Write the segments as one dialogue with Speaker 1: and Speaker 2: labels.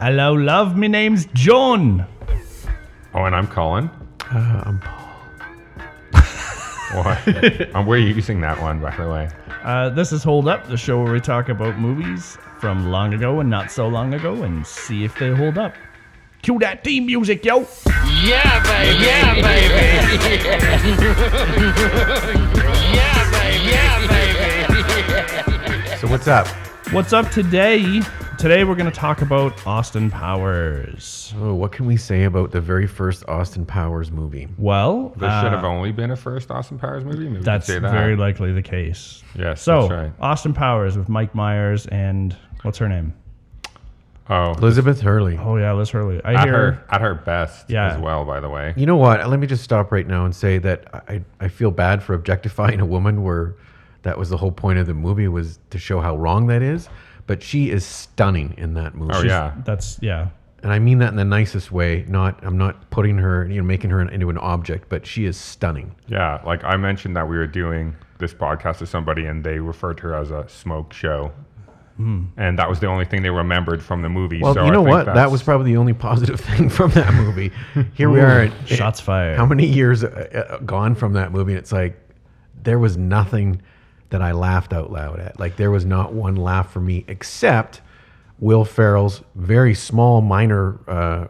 Speaker 1: Hello, love. Me name's John.
Speaker 2: Oh, and I'm Colin.
Speaker 3: Uh, I'm Paul.
Speaker 2: What? um, we're using that one, by the way.
Speaker 1: Uh, this is Hold Up, the show where we talk about movies from long ago and not so long ago and see if they hold up. Cue that theme music, yo.
Speaker 4: Yeah, baby. Yeah, baby. yeah, baby. Yeah, baby.
Speaker 2: So what's up?
Speaker 1: What's up today? Today we're going to talk about Austin Powers.
Speaker 3: Oh, what can we say about the very first Austin Powers movie?
Speaker 1: Well,
Speaker 2: There
Speaker 1: uh,
Speaker 2: should have only been a first Austin Powers movie. Maybe we can
Speaker 1: that's
Speaker 2: say that.
Speaker 1: very likely the case.
Speaker 2: Yes,
Speaker 1: So,
Speaker 2: that's right.
Speaker 1: Austin Powers with Mike Myers and what's her name?
Speaker 2: Oh,
Speaker 3: Elizabeth Hurley.
Speaker 1: Oh, yeah, Liz Hurley. I
Speaker 2: at
Speaker 1: hear
Speaker 2: her, at her best
Speaker 1: Yeah.
Speaker 2: as well, by the way.
Speaker 3: You know what? Let me just stop right now and say that I, I feel bad for objectifying a woman where that was the whole point of the movie was to show how wrong that is. But she is stunning in that movie.
Speaker 2: Oh,
Speaker 3: She's-
Speaker 2: yeah.
Speaker 1: That's, yeah.
Speaker 3: And I mean that in the nicest way. Not I'm not putting her, you know, making her into an object, but she is stunning.
Speaker 2: Yeah. Like I mentioned that we were doing this podcast to somebody and they referred to her as a smoke show. And that was the only thing they remembered from the movie.
Speaker 3: Hmm. Well,
Speaker 2: so
Speaker 3: you
Speaker 2: I
Speaker 3: know
Speaker 2: think
Speaker 3: what? That
Speaker 2: that's-
Speaker 3: was probably the only positive thing from that movie. Here we are. At,
Speaker 1: Shots fired.
Speaker 3: How many years uh, uh, gone from that movie? And it's like there was nothing that I laughed out loud at. Like there was not one laugh for me except Will Ferrell's very small, minor uh,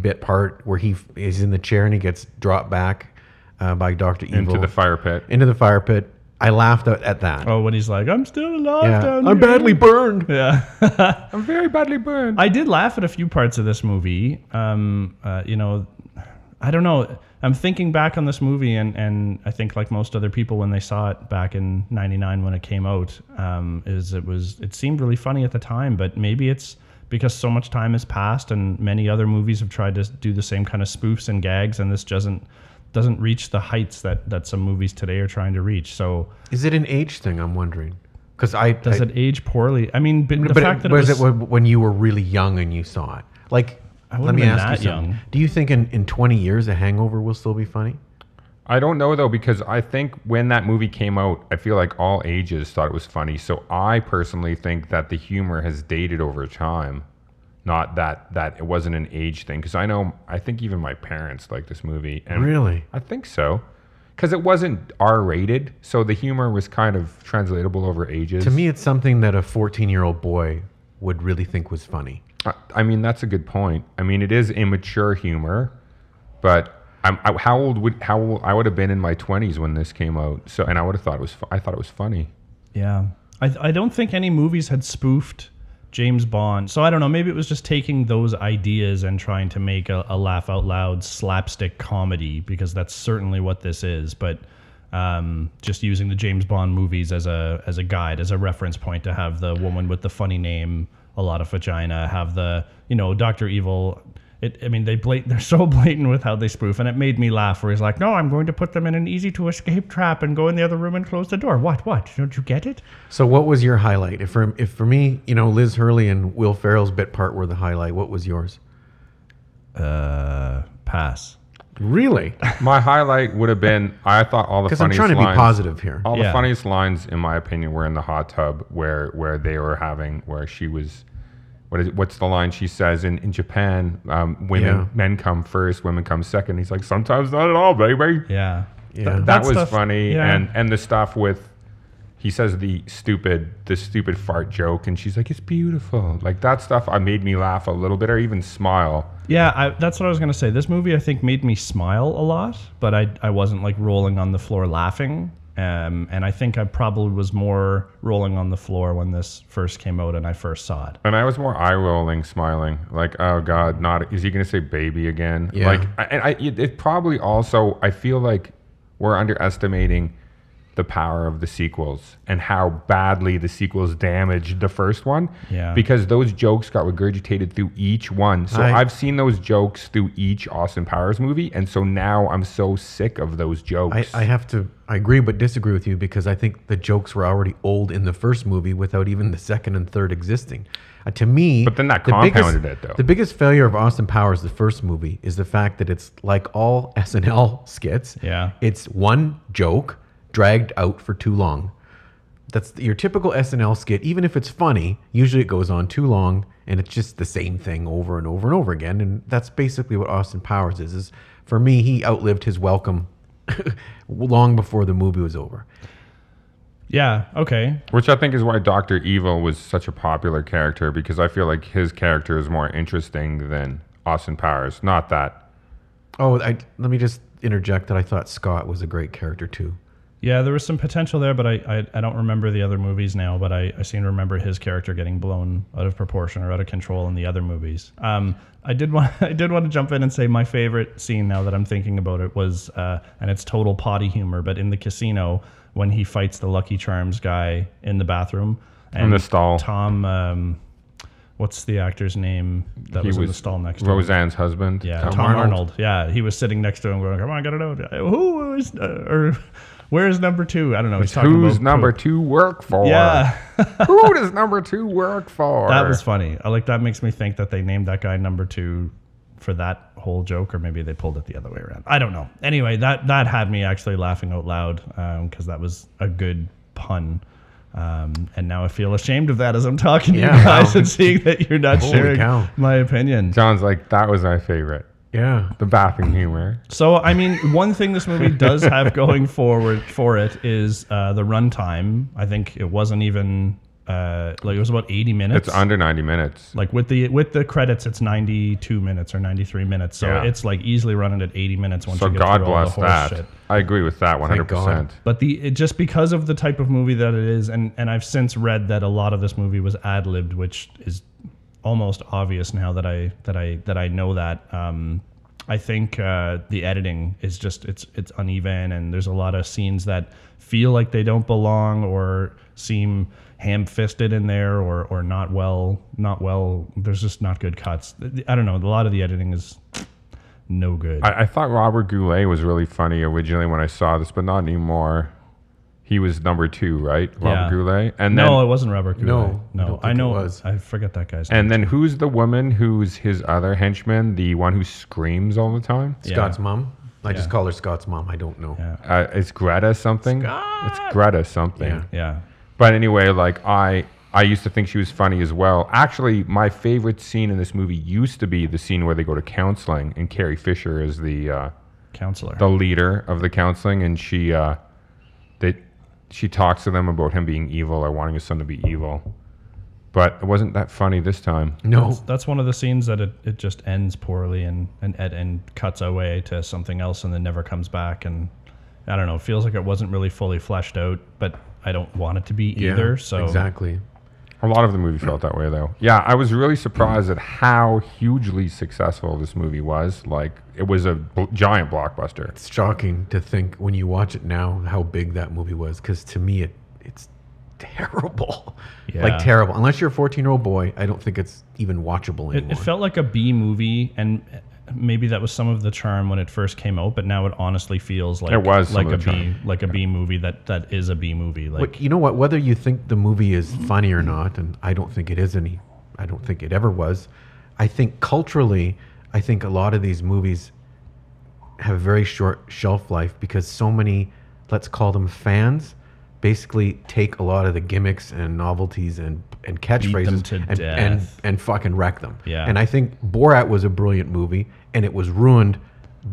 Speaker 3: bit part where he f- is in the chair and he gets dropped back uh, by Doctor Evil
Speaker 2: into the fire pit.
Speaker 3: into the fire pit. I laughed out at that.
Speaker 1: Oh, when he's like, I'm still alive
Speaker 3: yeah.
Speaker 1: down
Speaker 3: I'm
Speaker 1: here."
Speaker 3: badly burned.
Speaker 1: Yeah.
Speaker 2: I'm very badly burned.
Speaker 1: I did laugh at a few parts of this movie. Um, uh, you know, I don't know. I'm thinking back on this movie, and, and I think like most other people, when they saw it back in '99 when it came out, um, is it was it seemed really funny at the time, but maybe it's because so much time has passed, and many other movies have tried to do the same kind of spoofs and gags, and this doesn't doesn't reach the heights that that some movies today are trying to reach. So
Speaker 3: Is it an age thing? I'm wondering. Because I
Speaker 1: does
Speaker 3: I-
Speaker 1: it age poorly? I mean, but the
Speaker 3: but
Speaker 1: fact
Speaker 3: it,
Speaker 1: that
Speaker 3: was,
Speaker 1: it was
Speaker 3: it when when you were really young and you saw it? Like,
Speaker 1: I
Speaker 3: let
Speaker 1: wouldn't
Speaker 3: me
Speaker 1: have
Speaker 3: ask
Speaker 1: been
Speaker 3: you
Speaker 1: that
Speaker 3: something.
Speaker 1: young.
Speaker 3: Do you think in, in 20 years a hangover will still be funny?
Speaker 2: I don't know though because I think when that movie came out, I feel like all ages thought it was funny. So I personally think that the humor has dated over time, not that that it wasn't an age thing. Because I know I think even my parents liked this movie. And
Speaker 3: Really?
Speaker 2: I think so, because it wasn't R rated, so the humor was kind of translatable over ages.
Speaker 3: To me, it's something that a 14 year old boy would really think was funny.
Speaker 2: I, I mean that's a good point. I mean it is immature humor, but. I'm, I, how old would how old, I would have been in my 20s when this came out? So and I would have thought it was fu- I thought it was funny.
Speaker 1: Yeah. I, I don't think any movies had spoofed James Bond. So I don't know. Maybe it was just taking those ideas and trying to make a, a laugh out loud slapstick comedy because that's certainly what this is. But um, just using the James Bond movies as a as a guide, as a reference point to have the woman with the funny name, a lot of vagina, have the you know Doctor Evil. It, I mean, they blat- they're so blatant with how they spoof, and it made me laugh. Where he's like, "No, I'm going to put them in an easy to escape trap and go in the other room and close the door." What? What? Don't you get it?
Speaker 3: So, what was your highlight? If for, if for me, you know, Liz Hurley and Will Ferrell's bit part were the highlight, what was yours?
Speaker 1: Uh, pass.
Speaker 3: Really?
Speaker 2: My highlight would have been I thought all the
Speaker 3: Because I'm
Speaker 2: funniest
Speaker 3: trying to be
Speaker 2: lines,
Speaker 3: positive here.
Speaker 2: All
Speaker 1: Yeah.
Speaker 2: the funniest lines, in my opinion, were in the hot tub where where they were having where she was. What is, what's the line she says in in Japan? Um, women
Speaker 3: Yeah.
Speaker 2: men come first, women come second. He's like sometimes not at all, baby.
Speaker 1: Yeah.
Speaker 3: Yeah.
Speaker 2: That
Speaker 1: That
Speaker 2: was
Speaker 1: stuff-
Speaker 2: funny,
Speaker 1: yeah.
Speaker 2: and and the stuff with. He says the stupid, the stupid fart joke, and she's like, "It's beautiful." Like that stuff, I made me laugh a little bit, or even smile.
Speaker 1: Yeah, I, that's what I was gonna say. This movie, I think, made me smile a lot, but I I wasn't like rolling on the floor laughing. Um, and I think I probably was more rolling on the floor when this first came out and I first saw it.
Speaker 2: And I was more eye rolling, smiling, like, "Oh God, not is he going to say baby again?"
Speaker 3: Yeah.
Speaker 2: Like, I- and I, it, it probably also, I feel like we're underestimating the power of the sequels and how badly the sequels damaged the first one.
Speaker 1: Yeah.
Speaker 2: Because those jokes got regurgitated through each one. So
Speaker 3: I-
Speaker 2: I've seen those jokes through each Austin Powers movie, and so now I'm so sick of those
Speaker 3: I,
Speaker 2: jokes.
Speaker 3: I have to I agree but disagree with you because I think the jokes were already old in the first movie without even the second and third existing. Uh, to me,
Speaker 2: But then that
Speaker 3: the biggest-
Speaker 2: compounded it, though.
Speaker 3: The biggest failure of Austin Powers, the first movie, is the fact that it's like all SNL skits.
Speaker 1: Yeah.
Speaker 3: it's one joke dragged out for too long. That's your typical SNL skit. Even if it's funny, usually it goes on too long and it's just the same thing over and over and over again. And that's basically what Austin Powers is. Is for me, he outlived his welcome long before the movie was over.
Speaker 1: Yeah. Okay.
Speaker 2: Which I think is why Doctor Evil was such a popular character because I feel like his character is more interesting than Austin Powers. Not that
Speaker 3: Oh, I, let me just interject that I thought Scott was a great character too.
Speaker 1: Yeah, there was some potential there, but I, I, I don't remember the other movies now, but I, I seem to remember his character getting blown out of proportion or out of control in the other movies. Um, I did want I did want to jump in and say my favorite scene now that I'm thinking about it was uh, and it's total potty humor, but in the casino when he fights the Lucky Charms guy in the bathroom and
Speaker 2: in the stall.
Speaker 1: Tom um, what's the actor's name that
Speaker 2: He
Speaker 1: was, in the
Speaker 2: was
Speaker 1: stall next to him?
Speaker 2: Roseanne's husband.
Speaker 1: Yeah,
Speaker 2: Tom-
Speaker 1: Tom Arnold. Yeah, he was sitting next to him, going, "Come on, get it out! Who is uh, or where's number two? I don't know. He's talking
Speaker 2: Who's
Speaker 1: about
Speaker 2: number
Speaker 1: poop.
Speaker 2: two work for?
Speaker 1: Yeah,
Speaker 2: Who does number two work for?
Speaker 1: that was funny. I like that makes me think that they named that guy number two for that whole joke, or maybe they pulled it the other way around. I don't know. Anyway, that that had me actually laughing out loud because that was a good pun. Um, and now I feel ashamed of that as I'm talking to
Speaker 3: Yeah,
Speaker 1: you guys
Speaker 3: wow.
Speaker 1: and seeing that you're not
Speaker 3: Holy
Speaker 1: sharing
Speaker 3: cow.
Speaker 1: my opinion.
Speaker 2: John's like that was my favorite.
Speaker 3: Yeah.
Speaker 2: The bathroom humor.
Speaker 1: So I mean, one thing this movie does have going forward for it is uh, the runtime. I think it wasn't even uh, like it was about eighty minutes.
Speaker 2: It's under ninety minutes.
Speaker 1: like with the with the credits, it's ninety two minutes or ninety three minutes. So
Speaker 2: Yeah.
Speaker 1: it's like easily running at eighty minutes once
Speaker 2: So
Speaker 1: you get
Speaker 2: God
Speaker 1: through all the
Speaker 2: bless
Speaker 1: horse
Speaker 2: that.
Speaker 1: shit.
Speaker 2: I agree with that one hundred
Speaker 3: Thank God.
Speaker 2: percent.
Speaker 1: But the it, just because of the type of movie that it is, and and I've since read that a lot of this movie was ad libbed, which is almost obvious now that I that I that I know that. Um, I think uh, the editing is just it's it's uneven, and there's a lot of scenes that feel like they don't belong or seem ham-fisted in there or or not well not well. There's just not good cuts. I don't know. A lot of the editing is no good.
Speaker 2: I, I thought Robert Goulet was really funny originally when I saw this, but not anymore. He was number two, right? Robert
Speaker 1: Yeah.
Speaker 2: Goulet. And then
Speaker 1: no, it wasn't Robert Goulet.
Speaker 3: No, I
Speaker 1: no,
Speaker 3: don't
Speaker 1: I,
Speaker 3: think it
Speaker 1: know.
Speaker 3: was.
Speaker 1: I forget that guy's name.
Speaker 2: and then who's the woman who's his other henchman? The one who screams all the time?
Speaker 1: Yeah.
Speaker 3: Scott's mom. I just
Speaker 1: Yeah.
Speaker 3: call her Scott's mom. I don't know.
Speaker 1: Yeah.
Speaker 2: Uh, it's Greta something. It's Greta something.
Speaker 3: Yeah.
Speaker 1: Yeah.
Speaker 2: But anyway, like I I used to think she was funny as well. Actually, my favorite scene in this movie used to be the scene where they go to counseling and Carrie Fisher is the uh,
Speaker 1: counselor.
Speaker 2: the leader of the counseling and she uh they she talks to them about him being evil or wanting his son to be evil. But it wasn't that funny this time.
Speaker 3: No.
Speaker 1: That's one of the scenes that it, it just ends poorly and and and- and cuts away to something else and then never comes back and I don't know. It feels like it wasn't really fully fleshed out, but I don't want it to be
Speaker 3: Yeah,
Speaker 1: either. So
Speaker 3: exactly.
Speaker 2: A lot of the movie felt that way though. Yeah, I was really surprised at how hugely successful this movie was. Like it was a bl- giant blockbuster.
Speaker 3: It's shocking to think when you watch it now how big that movie was because to me it it's terrible,
Speaker 1: Yeah.
Speaker 3: like terrible. Unless you're a 14 year old boy, I don't think it's even watchable
Speaker 1: it,
Speaker 3: anymore.
Speaker 1: it felt like a B movie and maybe that was some of the charm when it first came out, but now it honestly feels like
Speaker 2: It was some
Speaker 1: like a
Speaker 2: of the
Speaker 1: B
Speaker 2: charm.
Speaker 1: like a B movie that that is a B movie. Like
Speaker 3: But you know what? Whether you think the movie is funny or not, and I don't think it is any, I don't think it ever was. I think culturally, I think a lot of these movies have very short shelf life because so many, let's call them fans, basically take a lot of the gimmicks and novelties and and catchphrases
Speaker 1: to
Speaker 3: and, and
Speaker 1: death.
Speaker 3: and fucking wreck them.
Speaker 1: Yeah.
Speaker 3: And I think Borat was a brilliant movie, and it was ruined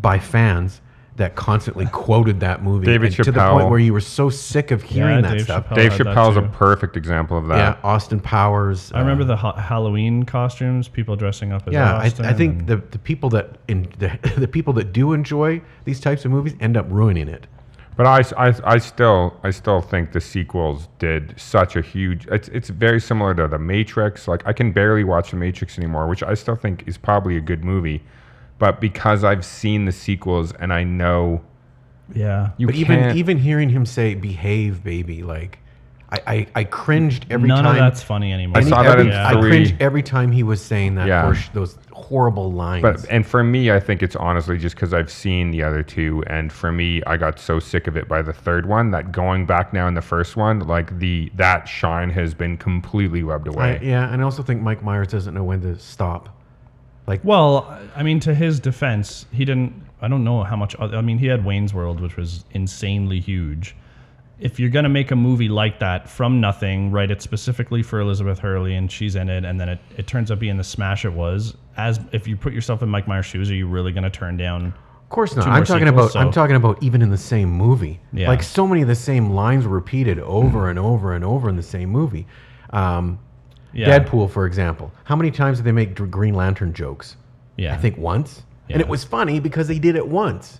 Speaker 3: by fans that constantly quoted that movie
Speaker 2: David
Speaker 3: and to the
Speaker 2: Chappelle.
Speaker 3: point where you were so sick of hearing
Speaker 1: Yeah,
Speaker 3: that
Speaker 1: Dave
Speaker 3: stuff.
Speaker 1: Chappelle.
Speaker 2: Dave
Speaker 1: had that
Speaker 2: Chappelle's a
Speaker 1: too.
Speaker 2: perfect example of that.
Speaker 3: Yeah, Austin Powers. uh,
Speaker 1: I remember the ha- Halloween costumes, people dressing up as
Speaker 3: yeah, I,
Speaker 1: Austin
Speaker 3: I think
Speaker 1: and-
Speaker 3: the, the people that in the, the people that do enjoy these types of movies end up ruining it.
Speaker 2: But I, s- I s- I still, I still think the sequels did such a huge. It's, it's very similar to the Matrix. Like I can barely watch the Matrix anymore, which I still think is probably a good movie. But because I've seen the sequels and I know
Speaker 1: yeah.
Speaker 2: you
Speaker 3: But even
Speaker 2: can't,
Speaker 3: even hearing him say "behave, baby," like I I, I cringed every
Speaker 1: None
Speaker 3: time.
Speaker 1: of that's funny anymore.
Speaker 2: I saw that
Speaker 3: every-
Speaker 2: in
Speaker 3: I cringe
Speaker 2: three.
Speaker 3: every time he was saying that
Speaker 2: Yeah.
Speaker 3: horse- those horrible lines.
Speaker 2: But and for me, I think it's honestly just because I've seen the other two, and for me, I got so sick of it by the third one that going back now in the first one, like the that shine has been completely rubbed away.
Speaker 3: I, yeah, and I also think Mike Myers doesn't know when to stop. Like
Speaker 1: Well, I mean, to his defense, he didn't. I don't know how much. oth- I mean, he had Wayne's World, which was insanely huge, if you're gonna make a movie like that from nothing, write it specifically for Elizabeth Hurley and she's in it, and then it, it turns out being the smash it was. As if you put yourself in Mike Myers' shoes, are you really gonna turn down?
Speaker 3: Of course not.
Speaker 1: Two
Speaker 3: I'm
Speaker 1: more
Speaker 3: talking
Speaker 1: sequels,
Speaker 3: about I'm
Speaker 1: so-
Speaker 3: talking about even in the same movie.
Speaker 1: Yeah. Mm.
Speaker 3: Like so many of the same lines were repeated over and over and over in the same movie. Um,
Speaker 1: Yeah.
Speaker 3: Deadpool, for example. How many times did they make Dr- Green Lantern jokes?
Speaker 1: Yeah,
Speaker 3: I think once. And
Speaker 1: Mm. Yeah.
Speaker 3: it was funny because they did it once.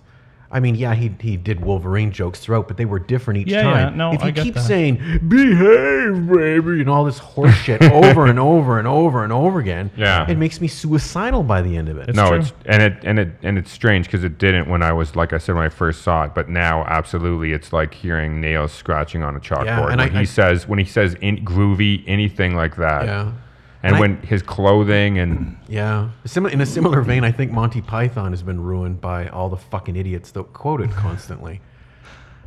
Speaker 3: I mean, yeah, he, he did Wolverine jokes throughout, but they were different each
Speaker 1: Yeah,
Speaker 3: time.
Speaker 1: yeah, no,
Speaker 3: if you
Speaker 1: I get
Speaker 3: keep
Speaker 1: that.
Speaker 3: saying "behave, baby" and all this horse shit over and over and over and over again,
Speaker 2: Yeah.
Speaker 3: it makes me suicidal by the end of it.
Speaker 1: It's
Speaker 2: no,
Speaker 1: true.
Speaker 2: it's and it and it and it's strange because it didn't when I was like I said when I first saw it, but now absolutely it's like hearing nails scratching on a chalkboard.
Speaker 3: Yeah,
Speaker 2: when
Speaker 3: and I-
Speaker 2: he
Speaker 3: I-
Speaker 2: says when he says in, groovy anything like that,
Speaker 3: yeah.
Speaker 2: and,
Speaker 3: And I-
Speaker 2: when his clothing and
Speaker 3: Yeah. Simi- in a similar vein, I think Monty Python has been ruined by all the fucking idiots that quote it constantly.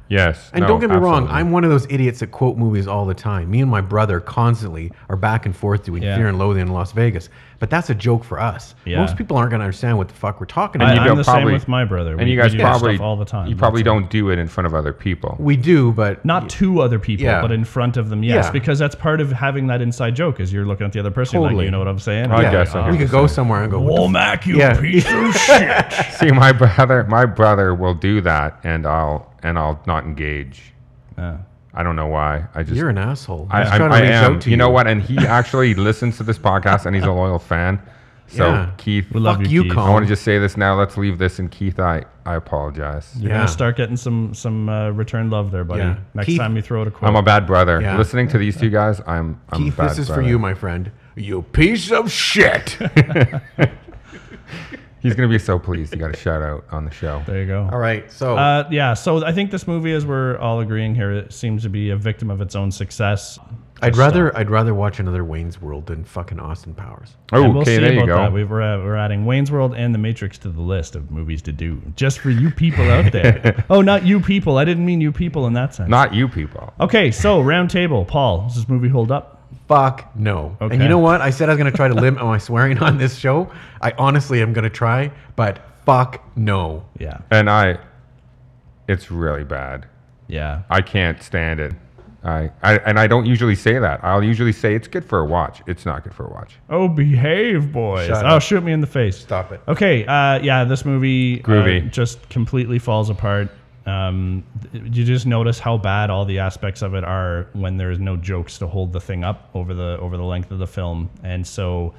Speaker 2: yes,
Speaker 3: And
Speaker 2: no,
Speaker 3: don't get me wrong,
Speaker 2: absolutely.
Speaker 3: I'm one of those idiots that quote movies all the time. Me and my brother constantly are back and forth doing
Speaker 1: Yeah.
Speaker 3: Fear and Loathing in Las Vegas. But that's a joke for us.
Speaker 1: Yeah.
Speaker 3: Most people aren't going to understand what the fuck we're talking
Speaker 1: I,
Speaker 3: about.
Speaker 2: you
Speaker 1: I'm
Speaker 2: don't
Speaker 1: the same
Speaker 2: probably-
Speaker 1: with my brother.
Speaker 2: and you guys
Speaker 1: do that
Speaker 2: probably
Speaker 1: stuff all the time.
Speaker 2: You probably
Speaker 1: That's it.
Speaker 2: don't do it in front of other people.
Speaker 3: we do, but
Speaker 1: Not to other people,
Speaker 3: Yeah.
Speaker 1: but in front of them, yes,
Speaker 3: Yeah.
Speaker 1: because that's part of having that inside joke. Is you're looking at the other person, like
Speaker 3: Totally.
Speaker 1: you know what I'm saying?
Speaker 2: I
Speaker 1: Like,
Speaker 2: guess I
Speaker 1: uh,
Speaker 2: hear
Speaker 3: we
Speaker 2: what
Speaker 3: could go somewhere and go, "What the
Speaker 1: Womack, you
Speaker 3: Yeah.
Speaker 1: piece of shit.
Speaker 2: See, my brother, my brother will do that, and I'll and I'll not engage.
Speaker 1: Yeah.
Speaker 2: I don't know why. I just
Speaker 3: You're an asshole.
Speaker 2: I,
Speaker 3: I'm just
Speaker 2: I,
Speaker 3: trying to
Speaker 2: I
Speaker 3: reach
Speaker 2: am.
Speaker 3: out to
Speaker 2: you know what? And he actually listens to this podcast, and he's a loyal fan. So
Speaker 3: Yeah.
Speaker 2: Keith,
Speaker 1: We love
Speaker 3: Fuck
Speaker 1: you,
Speaker 3: you,
Speaker 1: Keith.
Speaker 3: Colin.
Speaker 2: I want to just say this now. Let's leave this, and Keith, I I apologize.
Speaker 1: You're
Speaker 3: Yeah.
Speaker 1: gonna start getting some some uh, return love there, buddy.
Speaker 3: Yeah.
Speaker 1: Next
Speaker 3: Keith-
Speaker 1: time you throw out a quote,
Speaker 2: I'm a bad brother.
Speaker 3: Yeah.
Speaker 2: Listening to these two guys, I'm I'm
Speaker 3: Keith,
Speaker 2: a bad
Speaker 3: this is
Speaker 2: brother.
Speaker 3: for you, my friend. You piece of shit.
Speaker 2: He's gonna be so pleased. You got a shout out on the show.
Speaker 1: there you go.
Speaker 3: all right. So,
Speaker 1: Uh, yeah, so I think this movie, as we're all agreeing here, it seems to be a victim of its own success.
Speaker 3: I'd rather I'd rather watch another Wayne's World than fucking Austin Powers.
Speaker 2: Oh,
Speaker 1: And we'll
Speaker 2: okay,
Speaker 1: see
Speaker 2: there
Speaker 1: about
Speaker 2: you go.
Speaker 1: that. We've, we're, uh, we're adding Wayne's World and The Matrix to the list of movies to do, just for you people out there. oh, not you people. I didn't mean you people in that sense.
Speaker 2: Not you people.
Speaker 1: okay, so round table. Paul, does this movie hold up?
Speaker 3: Fuck no. And
Speaker 1: Okay.
Speaker 3: you know what? I said I was going to try to limit my swearing on this show. I honestly am going to try, but fuck no.
Speaker 1: Yeah,
Speaker 2: And I, it's really bad.
Speaker 1: yeah.
Speaker 2: I can't stand it. I, I and I don't usually say that. I'll usually say it's good for a watch. It's not good for a watch.
Speaker 1: Oh, behave, boys.
Speaker 3: Shut
Speaker 1: oh,
Speaker 3: up.
Speaker 1: shoot me in the face.
Speaker 3: Stop it.
Speaker 1: Okay, uh, yeah, this movie uh,
Speaker 2: Groovy.
Speaker 1: just completely falls apart. Um, th- you just notice how bad all the aspects of it are when there is no jokes to hold the thing up over the over the length of the film, and so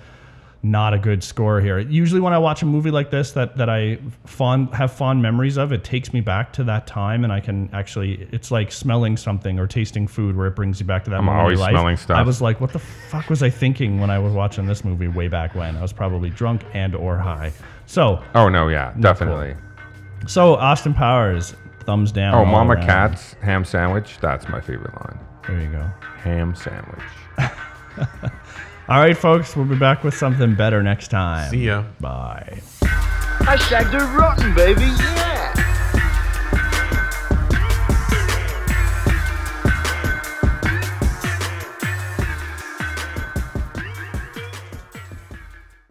Speaker 1: not a good score here. Usually, when I watch a movie like this that that I fond have fond memories of, it takes me back to that time, and I can actually it's like smelling something or tasting food where it brings you back to that. moment in
Speaker 2: always
Speaker 1: your life.
Speaker 2: smelling stuff.
Speaker 1: I was like, what the fuck was I thinking when I was watching this movie way back when? I was probably drunk and or high. So,
Speaker 2: Oh no, yeah, definitely.
Speaker 1: so Austin Powers, thumbs down.
Speaker 2: Oh,
Speaker 1: all
Speaker 2: Mama
Speaker 1: around.
Speaker 2: Cat's ham sandwich. That's my favorite line.
Speaker 1: There you go.
Speaker 2: Ham sandwich.
Speaker 1: All right, folks, we'll be back with something better next time.
Speaker 3: See ya.
Speaker 1: Bye.
Speaker 4: Hashtag they're rotten, baby. Yeah.